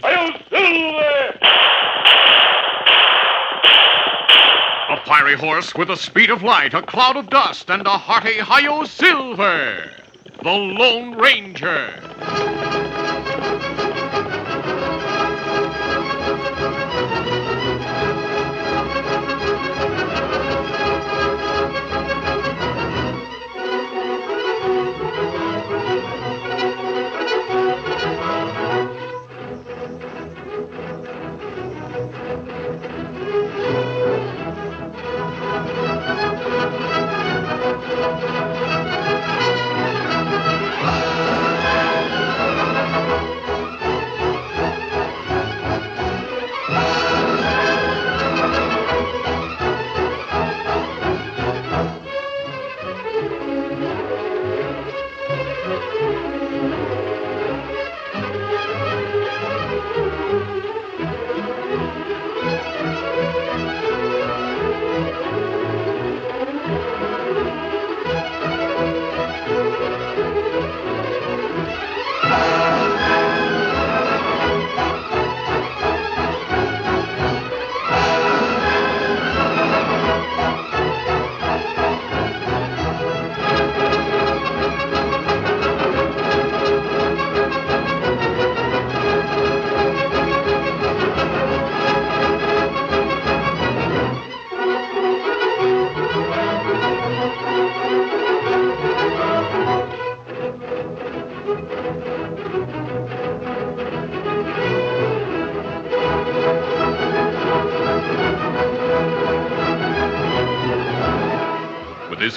Hail Silver! A fiery horse with the speed of light, a cloud of dust, and a hearty Hio Silver, the Lone Ranger. With his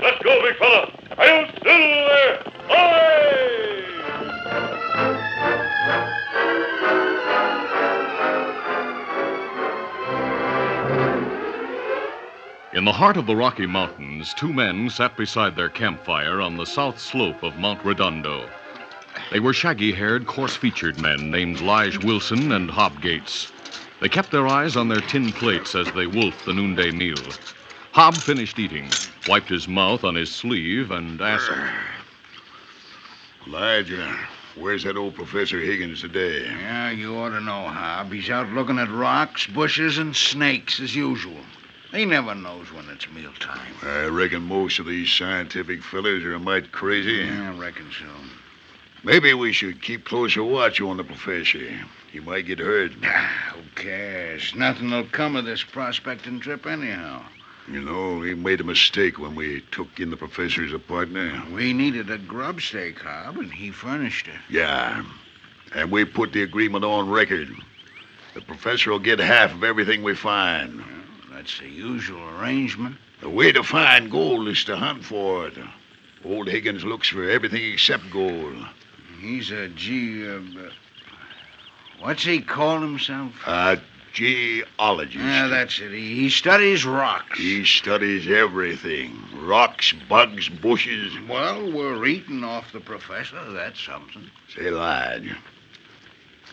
Let's go, big fella! Hail Silver! Aye! In the heart of the Rocky Mountains, two men sat beside their campfire on the south slope of Mount Redondo. They were shaggy haired, coarse featured men named Lige Wilson and Hob Gates. They kept their eyes on their tin plates as they wolfed the noonday meal. Hob finished eating, wiped his mouth on his sleeve, and asked, Elijah, where's that old Professor Higgins today? Yeah, you ought to know, Hob. He's out looking at rocks, bushes, and snakes as usual. He never knows when it's mealtime. I reckon most of these scientific fellas are a mite crazy. Yeah, I reckon so. Maybe we should keep closer watch on the Professor. He might get hurt. Who cares? Nothing'll come of this prospecting trip anyhow. You know, we made a mistake when we took in the Professor as a partner. We needed a grub stake, Hob, and he furnished it. Yeah. And we put the agreement on record. The Professor will get half of everything we find. That's the usual arrangement. The way to find gold is to hunt for it. Old Higgins looks for everything except gold. He's a G. Uh, uh, what's he call himself? A geologist. Yeah, that's it. He, he studies rocks. He studies everything rocks, bugs, bushes. Well, we're eating off the professor. That's something. Say, lad,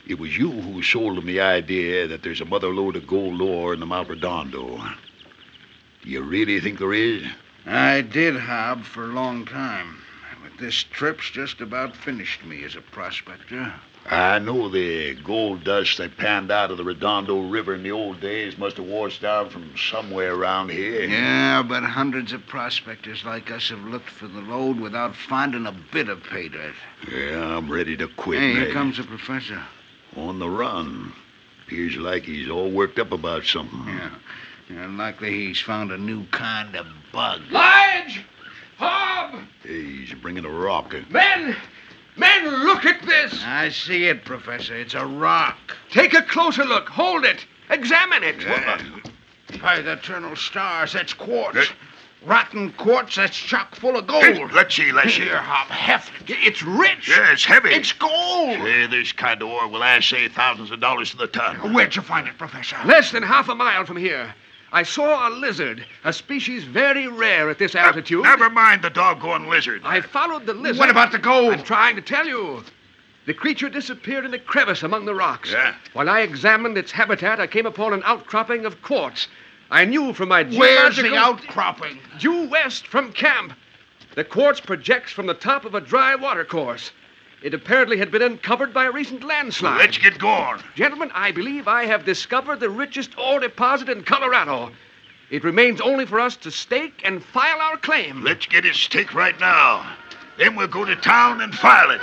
it was you who sold him the idea that there's a mother load of gold ore in the Mount Redondo. Do you really think there is? I did, Hob, for a long time. But this trip's just about finished me as a prospector. I know the gold dust that panned out of the Redondo River in the old days must have washed down from somewhere around here. Yeah, but hundreds of prospectors like us have looked for the load without finding a bit of pay dirt. Yeah, I'm ready to quit. Hey, here mate. comes the professor. On the run. Appears like he's all worked up about something. Yeah. yeah. Likely he's found a new kind of bug. Lige! Hob! Hey, He's bringing a rock. Men! Men, look at this! I see it, Professor. It's a rock. Take a closer look. Hold it. Examine it. Yeah. By the Uh, eternal stars, that's quartz. Rotten quartz that's chock full of gold. Let's see, let's see. Here, Hop, heft. It's rich. Yeah, it's heavy. It's gold. Yeah, this kind of ore will assay thousands of dollars to the ton. Where'd you find it, Professor? Less than half a mile from here. I saw a lizard, a species very rare at this altitude. Never mind the doggone lizard. I followed the lizard. What about the gold? I'm trying to tell you. The creature disappeared in a crevice among the rocks. Yeah. While I examined its habitat, I came upon an outcropping of quartz. I knew from my Where's the geological- outcropping? due west from camp. The quartz projects from the top of a dry watercourse. It apparently had been uncovered by a recent landslide. Let's get going. Gentlemen, I believe I have discovered the richest ore deposit in Colorado. It remains only for us to stake and file our claim. Let's get his stake right now. Then we'll go to town and file it.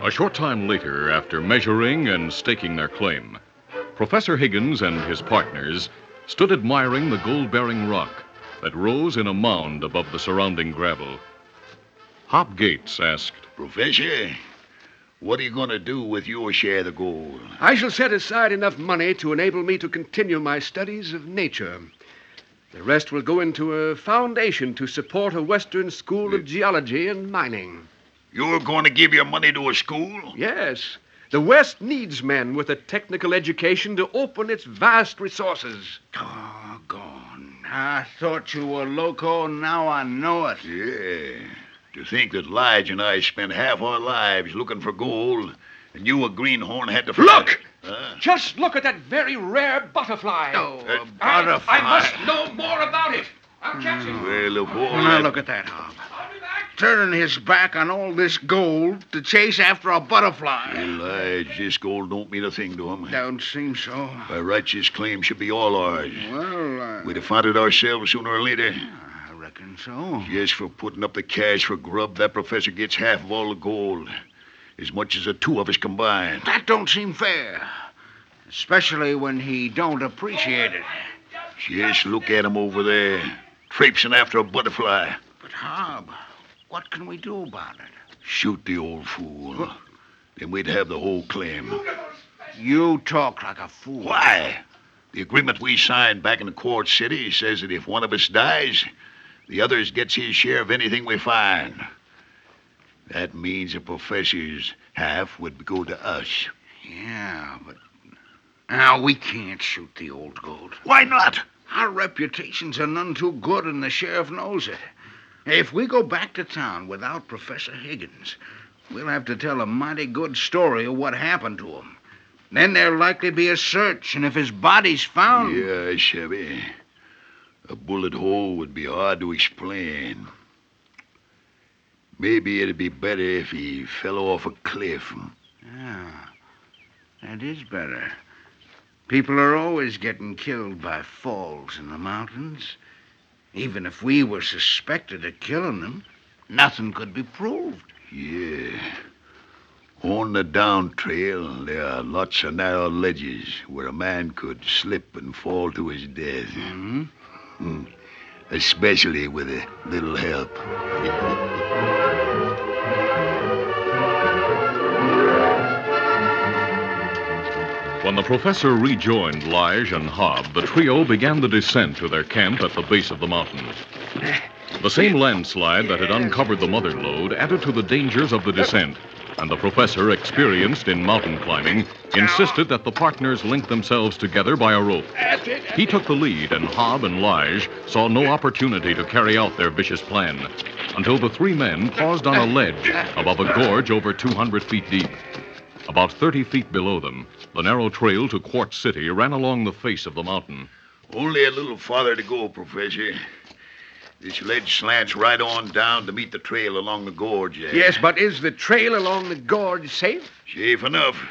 A short time later, after measuring and staking their claim, Professor Higgins and his partners stood admiring the gold bearing rock that rose in a mound above the surrounding gravel. Hop Gates asked, Professor, what are you going to do with your share of the gold? I shall set aside enough money to enable me to continue my studies of nature. The rest will go into a foundation to support a Western school of geology and mining. You're going to give your money to a school? Yes. The West needs men with a technical education to open its vast resources. Doggone. I thought you were loco. Now I know it. Yeah. To think that Lige and I spent half our lives looking for gold, and you, a greenhorn, had to. find Look! it. Huh? Just look at that very rare butterfly. Oh, a I- butterfly. I, must know more about it. I'll catch it. Well, the boy. Now look at that, Hop. I'll be back. Turning his back on all this gold to chase after a butterfly. Lige, this gold don't mean a thing to him. Don't seem so. By rights, this claim should be all ours. Well, uh, We'd have found it ourselves sooner or later. I reckon so. Just for putting up the cash for grub, that professor gets half of all the gold. As much as the two of us combined. That don't seem fair. Especially when he don't appreciate it. Just look at him over there, traipsing after a butterfly. But, Hob, what can we do about it? Shoot the old fool. Then we'd have the whole claim. You talk like a fool. Why? The agreement we signed back in the Quartz City says that if one of us dies, the others gets his share of anything we find. That means the professor's half would go to us. Yeah, but now we can't shoot the old gold. Why not? Our reputations are none too good, and the sheriff knows it. If we go back to town without Professor Higgins, we'll have to tell a mighty good story of what happened to him. Then there'll likely be a search, and if his body's found, Yeah, Chevy. A bullet hole would be hard to explain. Maybe it'd be better if he fell off a cliff. Yeah, that is better. People are always getting killed by falls in the mountains. Even if we were suspected of killing them, nothing could be proved. Yeah. On the down trail, there are lots of narrow ledges where a man could slip and fall to his death, hmm especially with a little help. When the professor rejoined Lige and Hob, the trio began the descent to their camp at the base of the mountain. The same landslide that had uncovered the mother lode added to the dangers of the descent, and the professor, experienced in mountain climbing, insisted that the partners link themselves together by a rope. He took the lead, and Hob and Lige saw no opportunity to carry out their vicious plan until the three men paused on a ledge above a gorge over 200 feet deep. About 30 feet below them, the narrow trail to Quartz City ran along the face of the mountain. Only a little farther to go, Professor. This ledge slants right on down to meet the trail along the gorge. there. Yes, but is the trail along the gorge safe? Safe enough.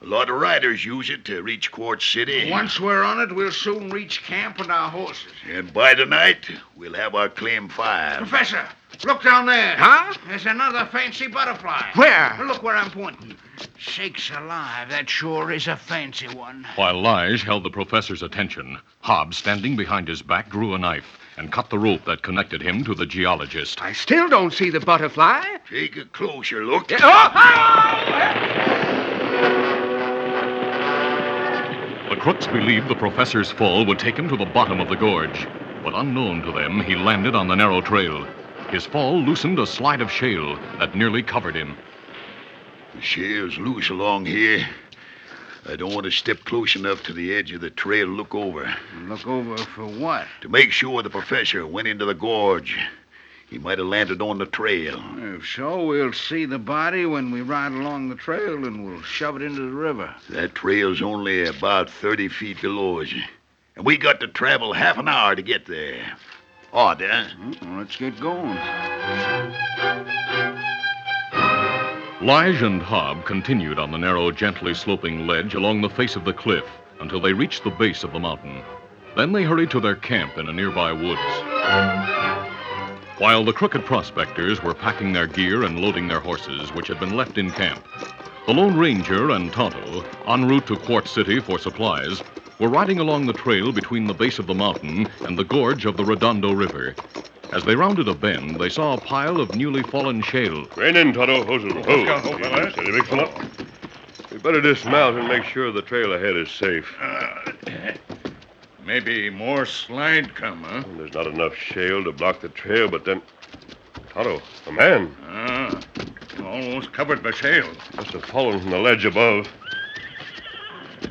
A lot of riders use it to reach Quartz City. Once we're on it, we'll soon reach camp and our horses. And by tonight, we'll have our claim filed. Professor, Look down there. Huh? There's another fancy butterfly. Where? Look where I'm pointing. Sakes alive, that sure is a fancy one. While Lige held the professor's attention, Hobbs, standing behind his back, drew a knife and cut the rope that connected him to the geologist. I still don't see the butterfly. Take a closer look. Yeah, oh, ah! The crooks believed the professor's fall would take him to the bottom of the gorge, but unknown to them, he landed on the narrow trail. His fall loosened a slide of shale that nearly covered him. The shale's loose along here. I don't want to step close enough to the edge of the trail to look over. Look over for what? To make sure the professor went into the gorge. He might have landed on the trail. If so, we'll see the body when we ride along the trail and we'll shove it into the river. That trail's only about 30 feet below us. And we got to travel half an hour to get there. eh? Order. Well, Hmm, let's get going. Lige and Hob continued on the narrow, gently sloping ledge along the face of the cliff until they reached the base of the mountain. Then they hurried to their camp in a nearby woods. While the crooked prospectors were packing their gear and loading their horses, which had been left in camp, the Lone Ranger and Tonto, en route to Quartz City for supplies, were riding along the trail between the base of the mountain and the gorge of the Redondo River. As they rounded a bend, they saw a pile of newly fallen shale. Rain in, Tonto. Hose and hose. Steady, big fella. We better dismount and make sure the trail ahead is safe. Uh, Maybe more slide come, huh? There's not enough shale to block the trail, but then. Tonto, a man Ah, almost covered by shale. must have fallen from the ledge above.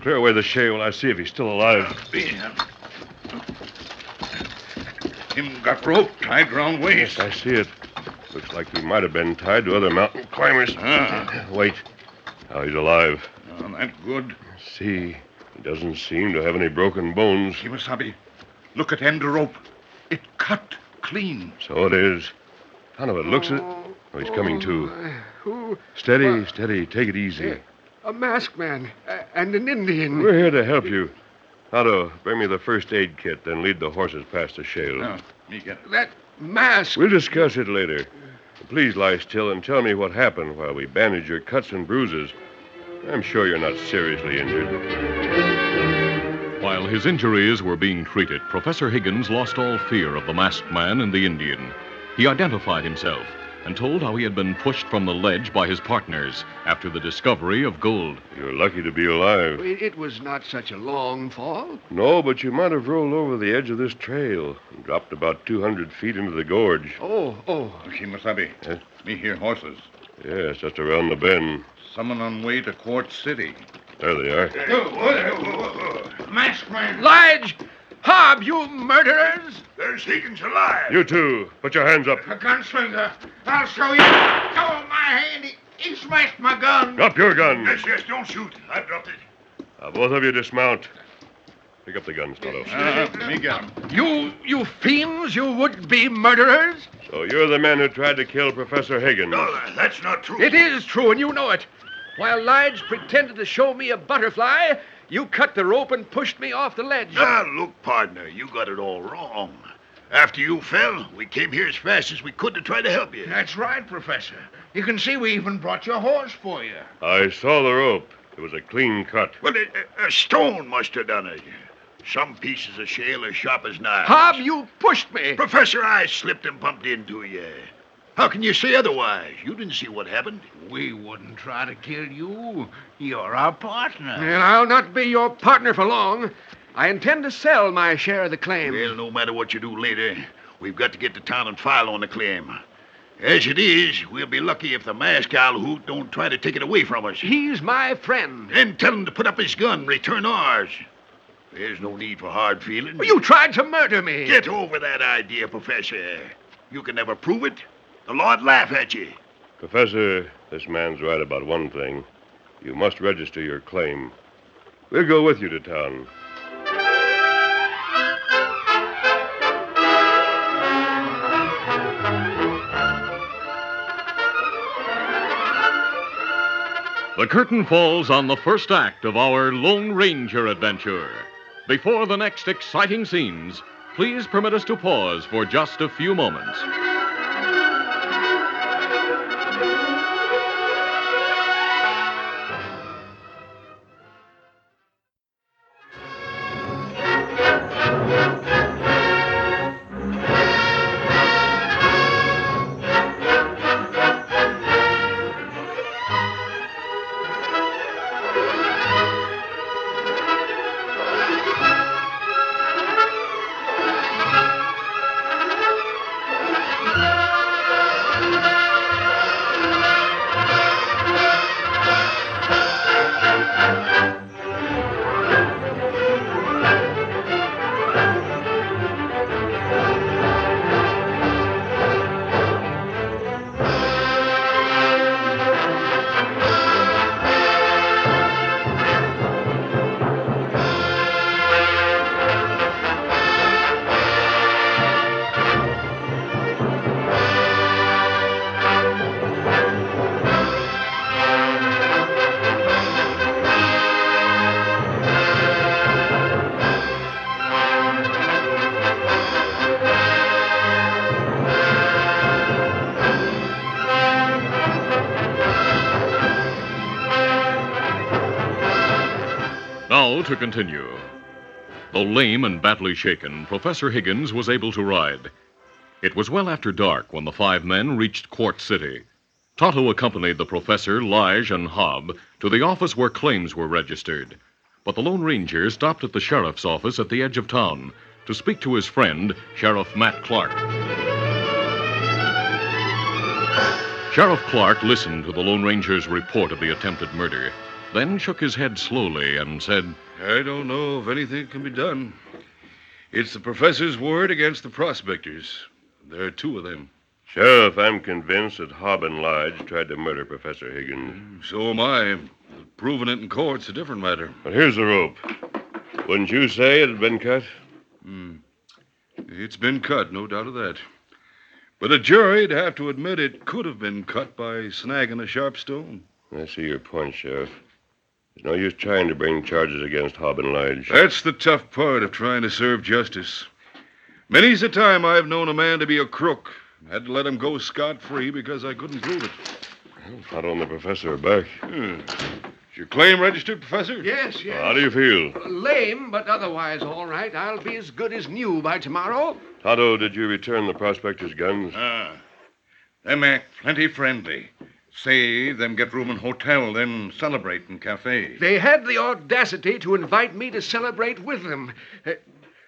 Clear away the shale. I see if he's still alive. Yeah. Him got rope tied round waist. I see it. Looks like we might have been tied to other mountain climbers. Ah. Wait. Now he's alive. Oh, that good. See, he doesn't seem to have any broken bones. Kimasabi, look at end of rope. It cut clean. So it is. Tonto, it looks it. Oh, he's coming to. Who? Steady, steady. Take it easy. A masked man a- and an Indian. We're here to help you. Tonto, bring me the first aid kit, then lead the horses past the shale. me get it. That mask. We'll discuss it later. Please lie still and tell me what happened while we bandage your cuts and bruises. I'm sure you're not seriously injured. While his injuries were being treated, Professor Higgins lost all fear of the masked man and the Indian. He identified himself and told how he had been pushed from the ledge by his partners after the discovery of gold. You're lucky to be alive. It, it was not such a long fall. No, but you might have rolled over the edge of this trail and dropped about 200 feet into the gorge. Oh, oh. Kimasabi, Yes? me hear horses. Yes, just around the bend. Someone on way to Quartz City. There they are. Masked man. Lige! Hob, you murderers! There's Higgins alive. You two, put your hands up. A gunslinger. I'll show you. Oh, my hand. He, he smashed my gun. Drop your gun. yes, don't shoot. I dropped it. Now, both of you dismount. Pick up the guns, Tonto. Uh-huh. me get him. You, you fiends, you would-be murderers! So you're the men who tried to kill Professor Higgins. that's not true. It is true, and you know it. While Lige pretended to show me a butterfly, you cut the rope and pushed me off the ledge. Ah, look, partner, you got it all wrong. After you fell, we came here as fast as we could to try to help you. That's right, Professor. You can see we even brought your horse for you. I saw the rope. It was a clean cut. Well, a, a stone must have done it. Some pieces of shale are sharp as knives. Hob, you pushed me. Professor, I slipped and bumped into you. How can you say otherwise? You didn't see what happened. We wouldn't try to kill you. You're our partner. And I'll not be your partner for long. I intend to sell my share of the claim. Well, no matter what you do later, we've got to get to town and file on the claim. As it is, we'll be lucky if the masked owl hoot don't try to take it away from us. He's my friend. Then tell him to put up his gun and return ours. There's no need for hard feeling. You tried to murder me. get over that idea, Professor. You can never prove it. The Lord laugh at you. Professor, this man's right about one thing. You must register your claim. We'll go with you to town. The curtain falls on the first act of our Lone Ranger adventure. Before the next exciting scenes, please permit us to pause for just a few moments. Now to continue. Though lame and badly shaken, Professor Higgins was able to ride. It was well after dark when the five men reached Quartz City. Toto accompanied the professor, Lige, and Hob to the office where claims were registered. But the Lone Ranger stopped at the sheriff's office at the edge of town to speak to his friend, Sheriff Matt Clark. Sheriff Clark listened to the Lone Ranger's report of the attempted murder, then shook his head slowly and said, I don't know if anything can be done. It's the professor's word against the prospectors. There are two of them. Sheriff, I'm convinced that Hob and Lodge tried to murder Professor Higgins. So am I. Proving it in court's a different matter. But here's the rope. Wouldn't you say it had been cut? It's been cut, no doubt of that. But a jury'd have to admit it could have been cut by snagging a sharp stone. I see your point, Sheriff. There's no use trying to bring charges against Hob and Lige. That's the tough part of trying to serve justice. Many's the time I've known a man to be a crook. Had to let him go scot free because I couldn't prove it. not on the professor back. Is your claim registered, Professor? Yes, yes. How do you feel? Lame, but otherwise all right. I'll be as good as new by tomorrow. Toto, did you return the prospector's guns? Ah. Them act plenty friendly. Say them get room in hotel, then celebrate in cafe. They had the audacity to invite me to celebrate with them. Uh,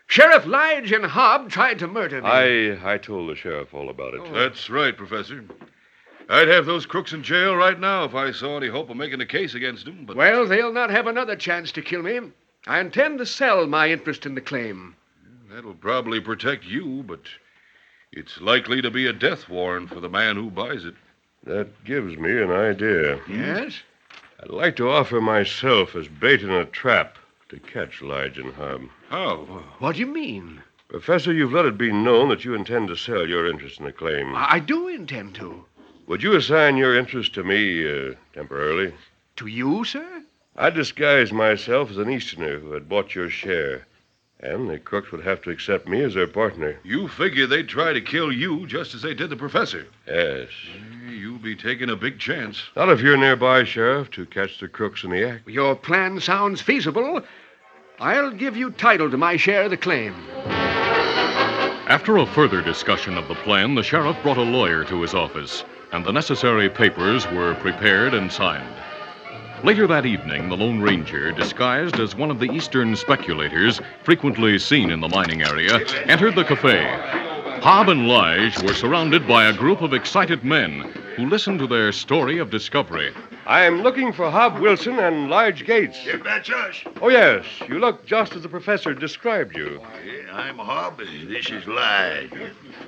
Sheriff Lige and Hob tried to murder me. I I told the sheriff all about it. That's right, Professor. I'd have those crooks in jail right now if I saw any hope of making a case against them, but Well, they'll not have another chance to kill me. I intend to sell my interest in the claim. that'll probably protect you, but it's likely to be a death warrant for the man who buys it. That gives me an idea. Hmm? Yes? I'd like to offer myself as bait in a trap to catch Lige and Hob. How? What do you mean? Professor, you've let it be known that you intend to sell your interest in the claim. I I do intend to. Would you assign your interest to me uh, temporarily? To you, sir? I disguised myself as an Easterner who had bought your share, and the crooks would have to accept me as their partner. You figure they'd try to kill you just as they did the professor. Yes. You'll be taking a big chance. Not if you're nearby, Sheriff, to catch the crooks in the act. Your plan sounds feasible. I'll give you title to my share of the claim. After a further discussion of the plan, the sheriff brought a lawyer to his office, and the necessary papers were prepared and signed. Later that evening, the Lone Ranger, disguised as one of the Eastern speculators frequently seen in the mining area, entered the cafe. Hob and Lige were surrounded by a group of excited men who listened to their story of discovery. I'm looking for Hob Wilson and Large Gates. If that's us. Oh, yes. You look just as the professor described you. Yeah, I'm Hob. This is Lige.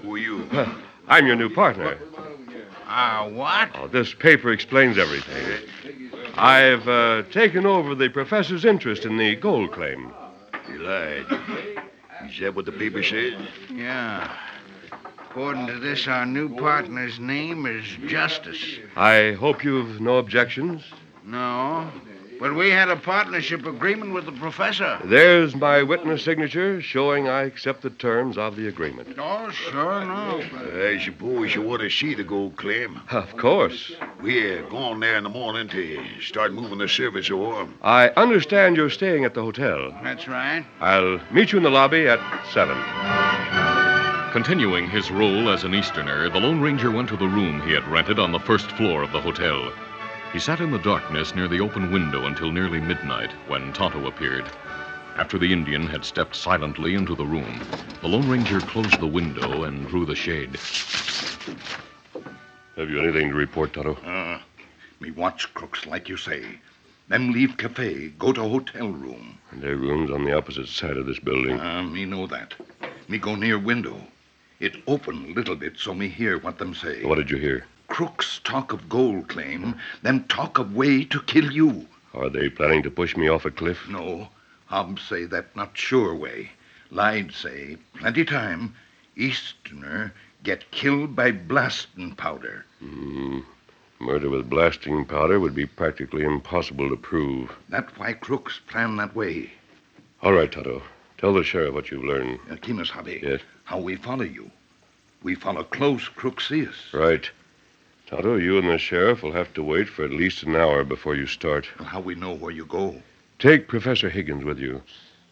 Who are you? I'm your new partner. Ah, what? Oh, this paper explains everything. I've uh, taken over the professor's interest in the gold claim. You lied. Is that what the paper said? Yeah. According to this, our new partner's name is Justice. I hope you've no objections. No. But we had a partnership agreement with the professor. There's my witness signature showing I accept the terms of the agreement. Oh, sure no. I suppose you want to see the gold claim. Of course. We're going there in the morning to start moving the service ore. I understand you're staying at the hotel. That's right. I'll meet you in the lobby at 7. Continuing his role as an Easterner, the Lone Ranger went to the room he had rented on the first floor of the hotel. He sat in the darkness near the open window until nearly midnight when Tonto appeared. After the Indian had stepped silently into the room, the Lone Ranger closed the window and drew the shade. Have you anything to report, Toto? Uh, me watch crooks like you say. Them leave cafe, go to hotel room. Their room's on the opposite side of this building. Uh, me know that. Me go near window. It open little bit so me hear what them say. What did you hear? Crooks talk of gold claim, then talk of way to kill you. Are they planning to push me off a cliff? No, Hobbs say that not sure way. Lied say plenty time. Easterner get killed by blasting powder. Hmm. Murder with blasting powder would be practically impossible to prove. That why crooks plan that way. All right, Toto. Tell the sheriff what you've learned. Uh, Kimas Hobby. Yes. How we follow you. We follow close crooks see us. Right. Toto, you and the sheriff will have to wait for at least an hour before you start. Well, How we know where you go. Take Professor Higgins with you.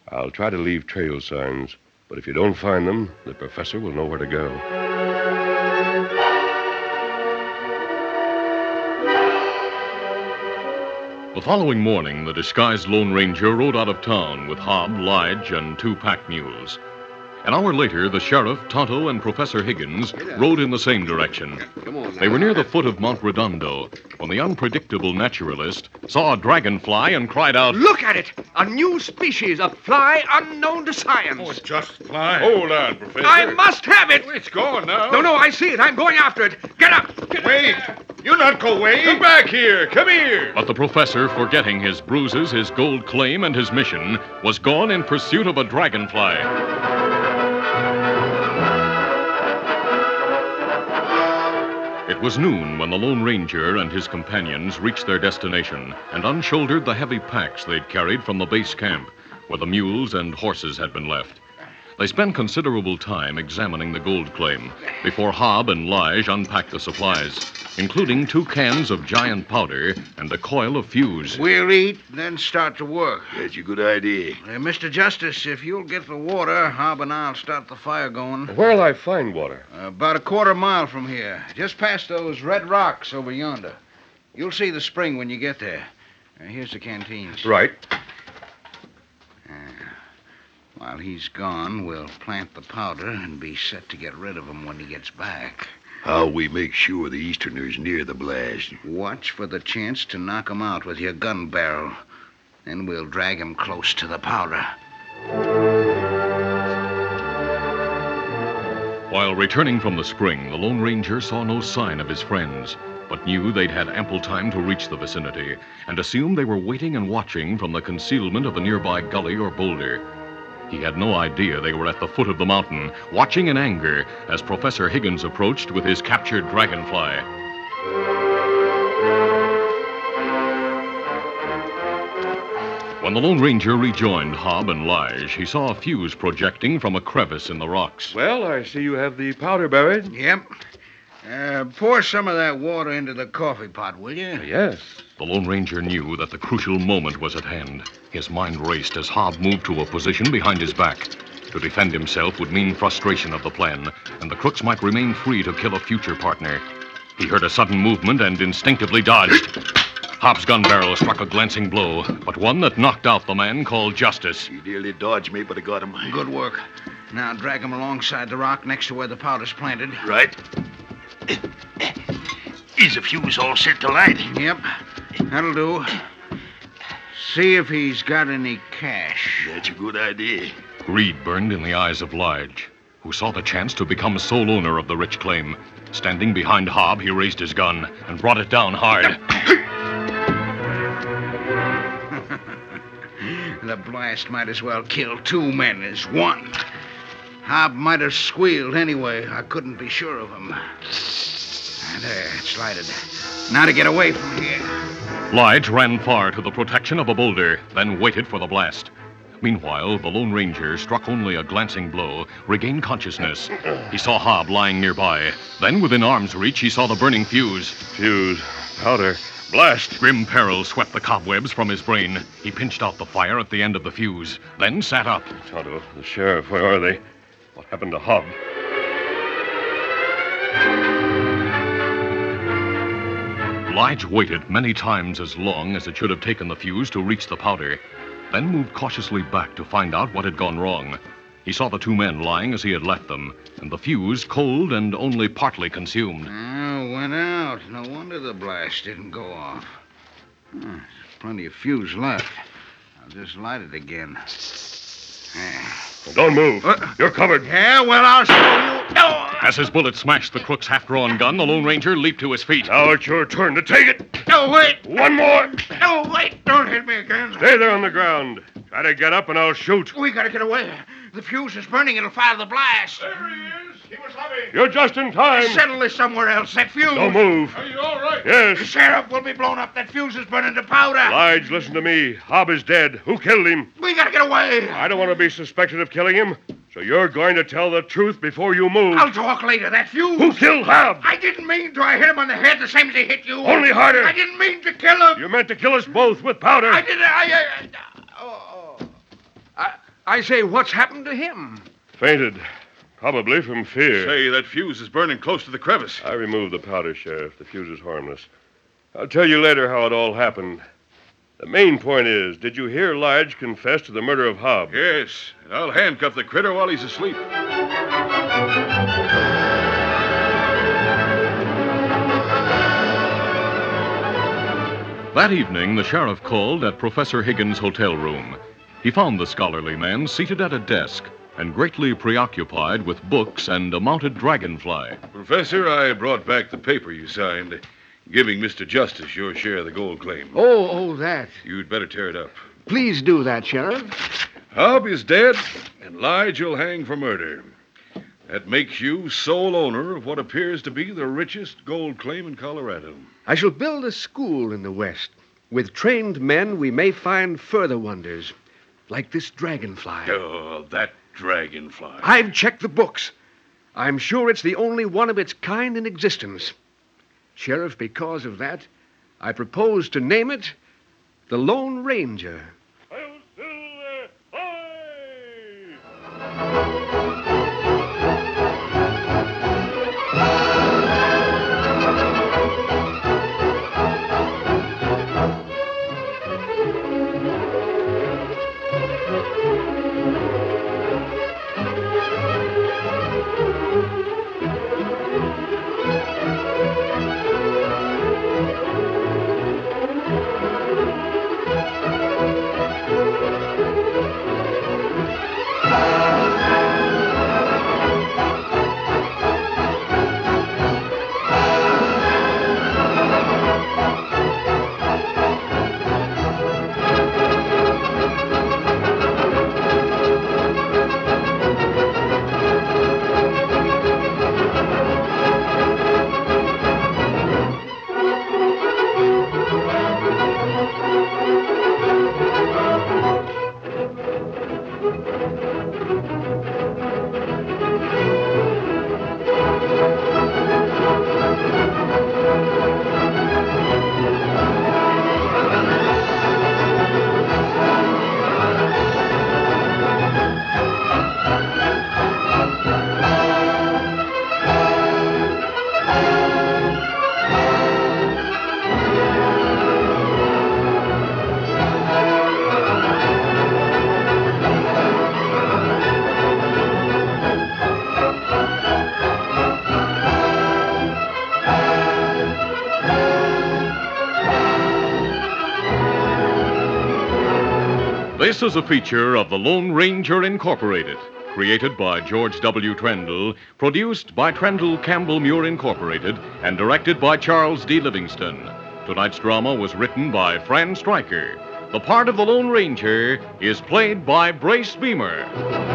I'll try to leave trail signs, but if you don't find them, the professor will know where to go. The following morning, the disguised Lone Ranger rode out of town with Hob, Lige, and two pack mules. An hour later, the sheriff, Tonto, and Professor Higgins rode in the same direction. Come on. They were near the foot of Mount Redondo when the unpredictable naturalist saw a dragonfly and cried out, Look at it! A new species, a fly unknown to science. Oh, Just fly. Hold on, Professor. I must have it! It's gone now. No, no, I see it. I'm going after it. Get up! Get Wait. You not go away. Come back here. Come here. But the professor, forgetting his bruises, his gold claim, and his mission, was gone in pursuit of a dragonfly. It was noon when the Lone Ranger and his companions reached their destination and unshouldered the heavy packs they'd carried from the base camp, where the mules and horses had been left. They spent considerable time examining the gold claim before Hob and Lige unpacked the supplies, including two cans of giant powder and a coil of fuse. We'll eat, then start to work. That's a good idea. Uh, Mr. Justice, if you'll get the water, Hob and I'll start the fire going. Uh, Where'll I find water? About a quarter mile from here, just past those red rocks over yonder. You'll see the spring when you get there. Uh, here's the canteens. Right. While he's gone, we'll plant the powder and be set to get rid of him when he gets back. How we make sure the Easterner's near the blast. Watch for the chance to knock him out with your gun barrel. Then we'll drag him close to the powder. While returning from the spring, the Lone Ranger saw no sign of his friends, but knew they'd had ample time to reach the vicinity and assumed they were waiting and watching from the concealment of a nearby gully or boulder. He had no idea they were at the foot of the mountain, watching in anger as Professor Higgins approached with his captured dragonfly. When the Lone Ranger rejoined Hob and Lige, he saw a fuse projecting from a crevice in the rocks. Well, I see you have the powder buried. Yep. Uh, pour some of that water into the coffee pot, will you? Yes. The Lone Ranger knew that the crucial moment was at hand. His mind raced as Hob moved to a position behind his back. To defend himself would mean frustration of the plan, and the crooks might remain free to kill a future partner. He heard a sudden movement and instinctively dodged. Hob's gun barrel struck a glancing blow, but one that knocked out the man called Justice. He nearly dodged me, but I got him. Good work. Now drag him alongside the rock next to where the powder's planted. Right. Is a fuse all set to light? Yep. That'll do. See if he's got any cash. That's a good idea. Greed burned in the eyes of Lige, who saw the chance to become sole owner of the rich claim. Standing behind Hob, he raised his gun and brought it down hard. The blast might as well kill two men as one. Hob might have squealed anyway. I couldn't be sure of him. There, it's lighted. Now to get away from here. Lige ran far to the protection of a boulder, then waited for the blast. Meanwhile, the Lone Ranger, struck only a glancing blow, regained consciousness. He saw Hob lying nearby. Then, within arm's reach, he saw the burning fuse. Fuse, powder, blast. Grim peril swept the cobwebs from his brain. He pinched out the fire at the end of the fuse, then sat up. Tonto, the sheriff, where are they? What happened to Hob? Lige waited many times as long as it should have taken the fuse to reach the powder, then moved cautiously back to find out what had gone wrong. He saw the two men lying as he had left them, and the fuse cold and only partly consumed. Oh, went out. No wonder the blast didn't go off. Hmm, there's plenty of fuse left. I'll just light it again. There. Don't move. You're covered. Yeah, well, I'll show you. No! As his bullet smashed the crook's half drawn gun, the Lone Ranger leaped to his feet. Now it's your turn to take it. No, wait! One more. No, wait! Don't hit me again. Stay there on the ground. Try to get up and I'll shoot. We gotta get away. The fuse is burning. It'll fire the blast. You're just in time. Settle this somewhere else. That fuse. Don't move. Are you all right? Yes. Sheriff will be blown up. That fuse is burning to powder. Lige, listen to me. Hob is dead. Who killed him? We gotta get away. I don't want to be suspected of killing him. So you're going to tell the truth before you move. I'll talk later. That fuse. Who killed Hob? I didn't mean to. I hit him on the head the same as he hit you. Only harder. I didn't mean to kill him. You meant to kill us both with powder. I oh. didn't. I, I, I say, what's happened to him? Fainted. Probably from fear. Say, that fuse is burning close to the crevice. I removed the powder, Sheriff. The fuse is harmless. I'll tell you later how it all happened. The main point is, did you hear Lige confess to the murder of Hobbs? Yes, and I'll handcuff the critter while he's asleep. That evening, the sheriff called at Professor Higgins' hotel room. He found the scholarly man seated at a desk and greatly preoccupied with books and a mounted dragonfly. Professor, I brought back the paper you signed, giving Mr. Justice your share of the gold claim. Oh, oh, that. You'd better tear it up. Please do that, Sheriff. Hob is dead, and Lige will hang for murder. That makes you sole owner of what appears to be the richest gold claim in Colorado. I shall build a school in the West. With trained men, we may find further wonders, like this dragonfly. Oh, that dragonfly. I've checked the books. I'm sure it's the only one of its kind in existence. Sheriff, because of that, I propose to name it the Lone Ranger. This is a feature of the Lone Ranger Incorporated, created by George W. Trendle, produced by Trendle Campbell Muir Incorporated, and directed by Charles D. Livingston. Tonight's drama was written by Fran Stryker. The part of the Lone Ranger is played by Brace Beamer.